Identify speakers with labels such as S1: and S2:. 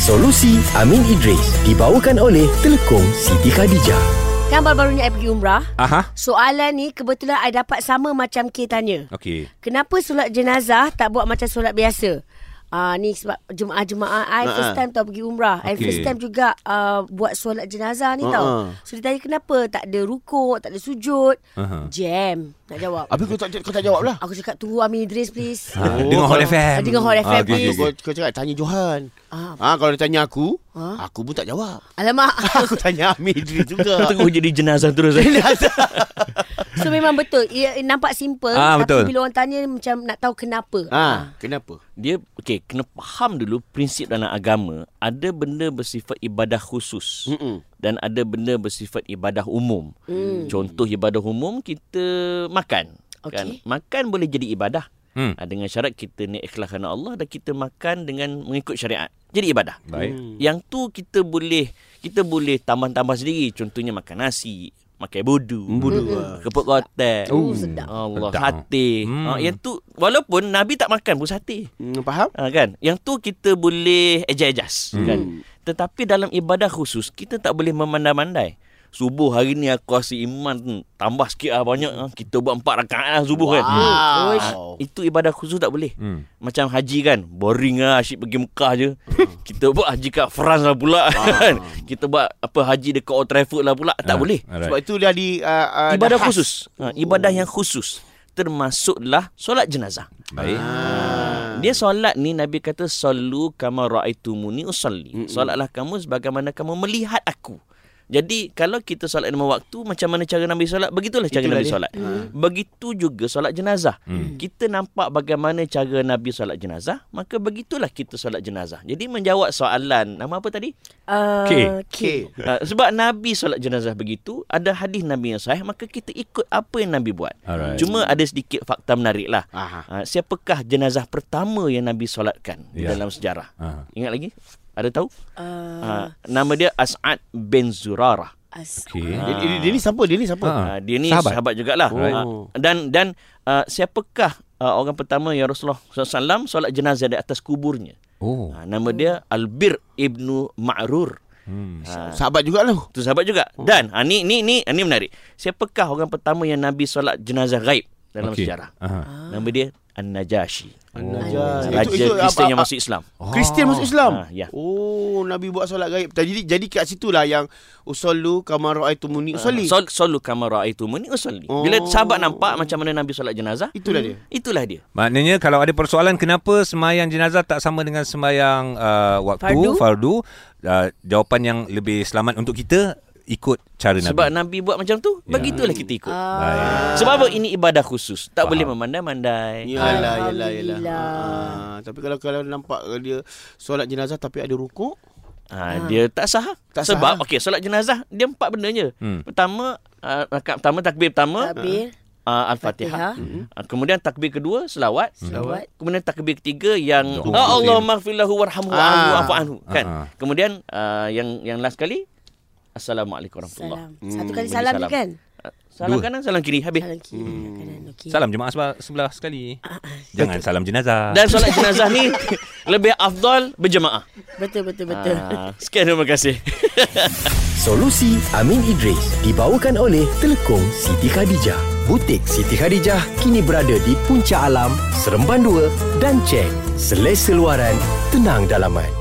S1: Solusi Amin Idris dibawakan oleh Telekom Siti Khadijah.
S2: Kan baru-barunya I pergi umrah
S3: Aha.
S2: Soalan ni kebetulan I dapat sama macam K tanya
S3: Okey.
S2: Kenapa solat jenazah tak buat macam solat biasa? Ah uh, ni sebab jemaah-jemaah I
S4: Ha-ha.
S2: first time tau pergi umrah. I
S3: Okey.
S2: first time juga uh, buat solat jenazah ni tau.
S4: Ha-ha.
S2: So dia tanya kenapa tak ada rukuk, tak ada sujud.
S3: Aha.
S2: Jam nak jawab.
S3: Ah.
S4: Habis kau tak, kau tak jawab lah
S2: Aku cakap tunggu Amin Idris please.
S3: Ha, dengar Hot FM.
S2: Ah, dengar Hot
S3: Ah,
S2: FM,
S3: okey,
S2: please.
S3: okey,
S4: Kau,
S3: okey.
S4: kau cakap tanya Johan
S2: Ah.
S4: ha, Kalau dia tanya aku
S2: Ah.
S5: Ha?
S4: Aku pun tak jawab
S2: Alamak.
S4: Aku tanya Amir Idris juga
S5: Tengok jadi jenazah terus eh.
S2: so memang betul. Ia ia nampak simple
S3: Ah,
S2: tapi
S3: betul. Ah.
S2: bila orang tanya macam nak tahu kenapa.
S4: ha, Kenapa?
S5: Dia okey kena faham dulu prinsip dalam agama ada benda bersifat ibadah khusus
S4: Mm-mm.
S5: dan ada benda bersifat ibadah umum. Hmm. Contoh ibadah umum kita makan. Kan?
S2: Okey.
S5: Makan boleh jadi ibadah.
S3: Hmm.
S5: Ha, dengan syarat kita ni ikhlas kerana Allah dan kita makan dengan mengikut syariat. Jadi ibadah.
S3: Baik.
S5: Yang tu kita boleh kita boleh tambah-tambah sendiri. Contohnya makan nasi, makan budu, budu. Keput kotak.
S2: Oh, sedap.
S5: Allah
S3: Sedap.
S5: sate.
S3: Hmm.
S5: Hmm. Ha, yang tu walaupun Nabi tak makan pun sate.
S4: Hmm, faham?
S5: Ha, kan? Yang tu kita boleh adjust-adjust hmm. kan. Tetapi dalam ibadah khusus kita tak boleh memandai-mandai. Subuh hari ni aku rasa iman tambah sikit lah banyak lah. Kita buat empat rakaat lah subuh wow. kan. Ha, itu ibadah khusus tak boleh.
S3: Hmm.
S5: Macam haji kan Boring lah Asyik pergi Mekah je
S3: Hmm.
S5: Kita buat haji kat France lah pula kan Kita buat apa haji dekat Old Trafford lah pula Tak
S3: Ah,
S5: boleh
S4: Sebab
S3: alright.
S4: itu dah di uh, uh, dah
S5: Ibadah
S4: khas.
S5: khusus ha, Ibadah yang khusus Termasuklah Solat jenazah
S3: Baik.
S4: Ah.
S5: dia solat ni Nabi kata sallu kama raaitumuni usalli. Solatlah kamu sebagaimana kamu melihat aku. Jadi kalau kita solat lima waktu macam mana cara Nabi solat begitulah cara
S4: Itulah
S5: Nabi
S4: dia. Ah. Hmm.
S5: solat. Begitu juga solat jenazah. Kita nampak bagaimana cara Nabi solat jenazah, maka begitulah kita solat jenazah. Jadi menjawab soalan nama apa tadi?
S2: Uh,
S3: K.
S2: K.
S4: Okey.
S5: Uh, sebab Nabi solat jenazah begitu, ada hadis Nabi yang sahih, maka kita ikut apa yang Nabi buat.
S3: Alright.
S5: Cuma ada sedikit fakta menarik lah.
S4: Aha.
S5: Uh, siapakah jenazah pertama yang Nabi solatkan yeah.
S3: Ya.
S5: dalam sejarah?
S3: Aha.
S5: Ingat lagi? Ada tahu?
S2: Uh,
S5: Uh, nama dia As'ad bin Zurarah.
S2: as-
S3: Okey.
S4: Oh. Dia, dia, dia ni siapa? Ah, Dia ni siapa?
S3: Ha.
S5: Uh, dia ni
S3: Sahabat.
S5: sahabat, sahabat jugalah.
S4: Right.
S5: Uh, dan dan uh, siapakah uh, orang pertama yang Rasulullah SAW solat jenazah di atas kuburnya?
S3: Oh.
S5: Uh, nama dia Albir ibnu Ma'rur.
S3: Hmm.
S5: Uh,
S4: Sahabat lah. jugalah
S5: Tu sahabat juga.
S3: Oh.
S5: Dan ha, ni ni ni ni menarik. Siapakah orang pertama yang Nabi solat jenazah gaib dalam
S3: Okey.
S5: okay. sejarah? Ah.
S3: Aha.
S5: Nama dia An-Najashi.
S4: An-Najashi.
S5: Raja
S4: Itu- itu
S5: Kristian
S4: apa- Oh.
S5: yang masuk Islam.
S3: Oh.
S4: Kristian masuk Islam.
S5: Ah, ya.
S4: Oh, Nabi buat solat gaib. Jadi jadi kat situlah yang usollu kama raaitumuni usolli.
S5: Ah, Sol, solu kama raaitumuni usolli.
S4: Oh.
S5: Bila sahabat nampak macam mana Nabi solat jenazah,
S4: Itulah dia.
S5: itulah dia.
S3: Maknanya kalau ada persoalan kenapa semayang jenazah tak sama dengan semayang uh, waktu
S2: Fardu?
S3: fardu, uh, jawapan yang lebih selamat untuk kita ikut cara
S5: Sebab
S3: Nabi. Ya.
S5: Nabi buat macam tu, begitulah kita ikut.
S4: Ah.
S3: Baik.
S5: Sebab apa? Ini ibadah khusus. Tak boleh memandai-mandai.
S4: Yalah, yalah, yalah.
S2: Alhamdulillah.
S4: Ah, tapi kalau kalau nampak dia solat jenazah tapi ada rukuk,
S5: Ha, dia tak sah.
S4: Ah. Tak sah lah.
S5: Sebab okey, solat jenazah dia empat benda je.
S3: Hmm.
S5: Pertama, uh, rakaat pertama takbir pertama,
S2: Habis.
S5: uh,
S3: Ah,
S2: Fatihah.
S5: Al-Fatihah.
S3: Mm-hmm.
S5: Uh, kemudian takbir kedua selawat.
S2: Mm-hmm. Selawat.
S5: Kemudian takbir ketiga yang
S3: Doa.
S5: ah, Allah maghfirlahu warhamhu
S4: Ah.
S5: wa'fu afu anhu kan.
S3: Ah, ah.
S5: Kemudian uh, yang yang last kali assalamualaikum warahmatullahi.
S2: Salam. Satu kali
S5: Bagi
S2: salam,
S5: salam. Eh.
S2: je kan?
S5: Uh, Salam
S3: Dua.
S5: kanan salam kiri habis.
S2: Salam kiri. kanan. Okey.
S3: Salam jemaah sebelah, sebelah sekali. Jangan salam jenazah.
S5: Dan solat jenazah ni lebih afdal berjemaah.
S2: Betul betul betul.
S5: Ah, sekian terima kasih.
S1: Solusi Amin Idris dibawakan oleh Telekom Siti Khadijah. Butik Siti Khadijah kini berada di Puncak Alam, Seremban 2 dan Cheng. Selesa luaran, tenang dalaman.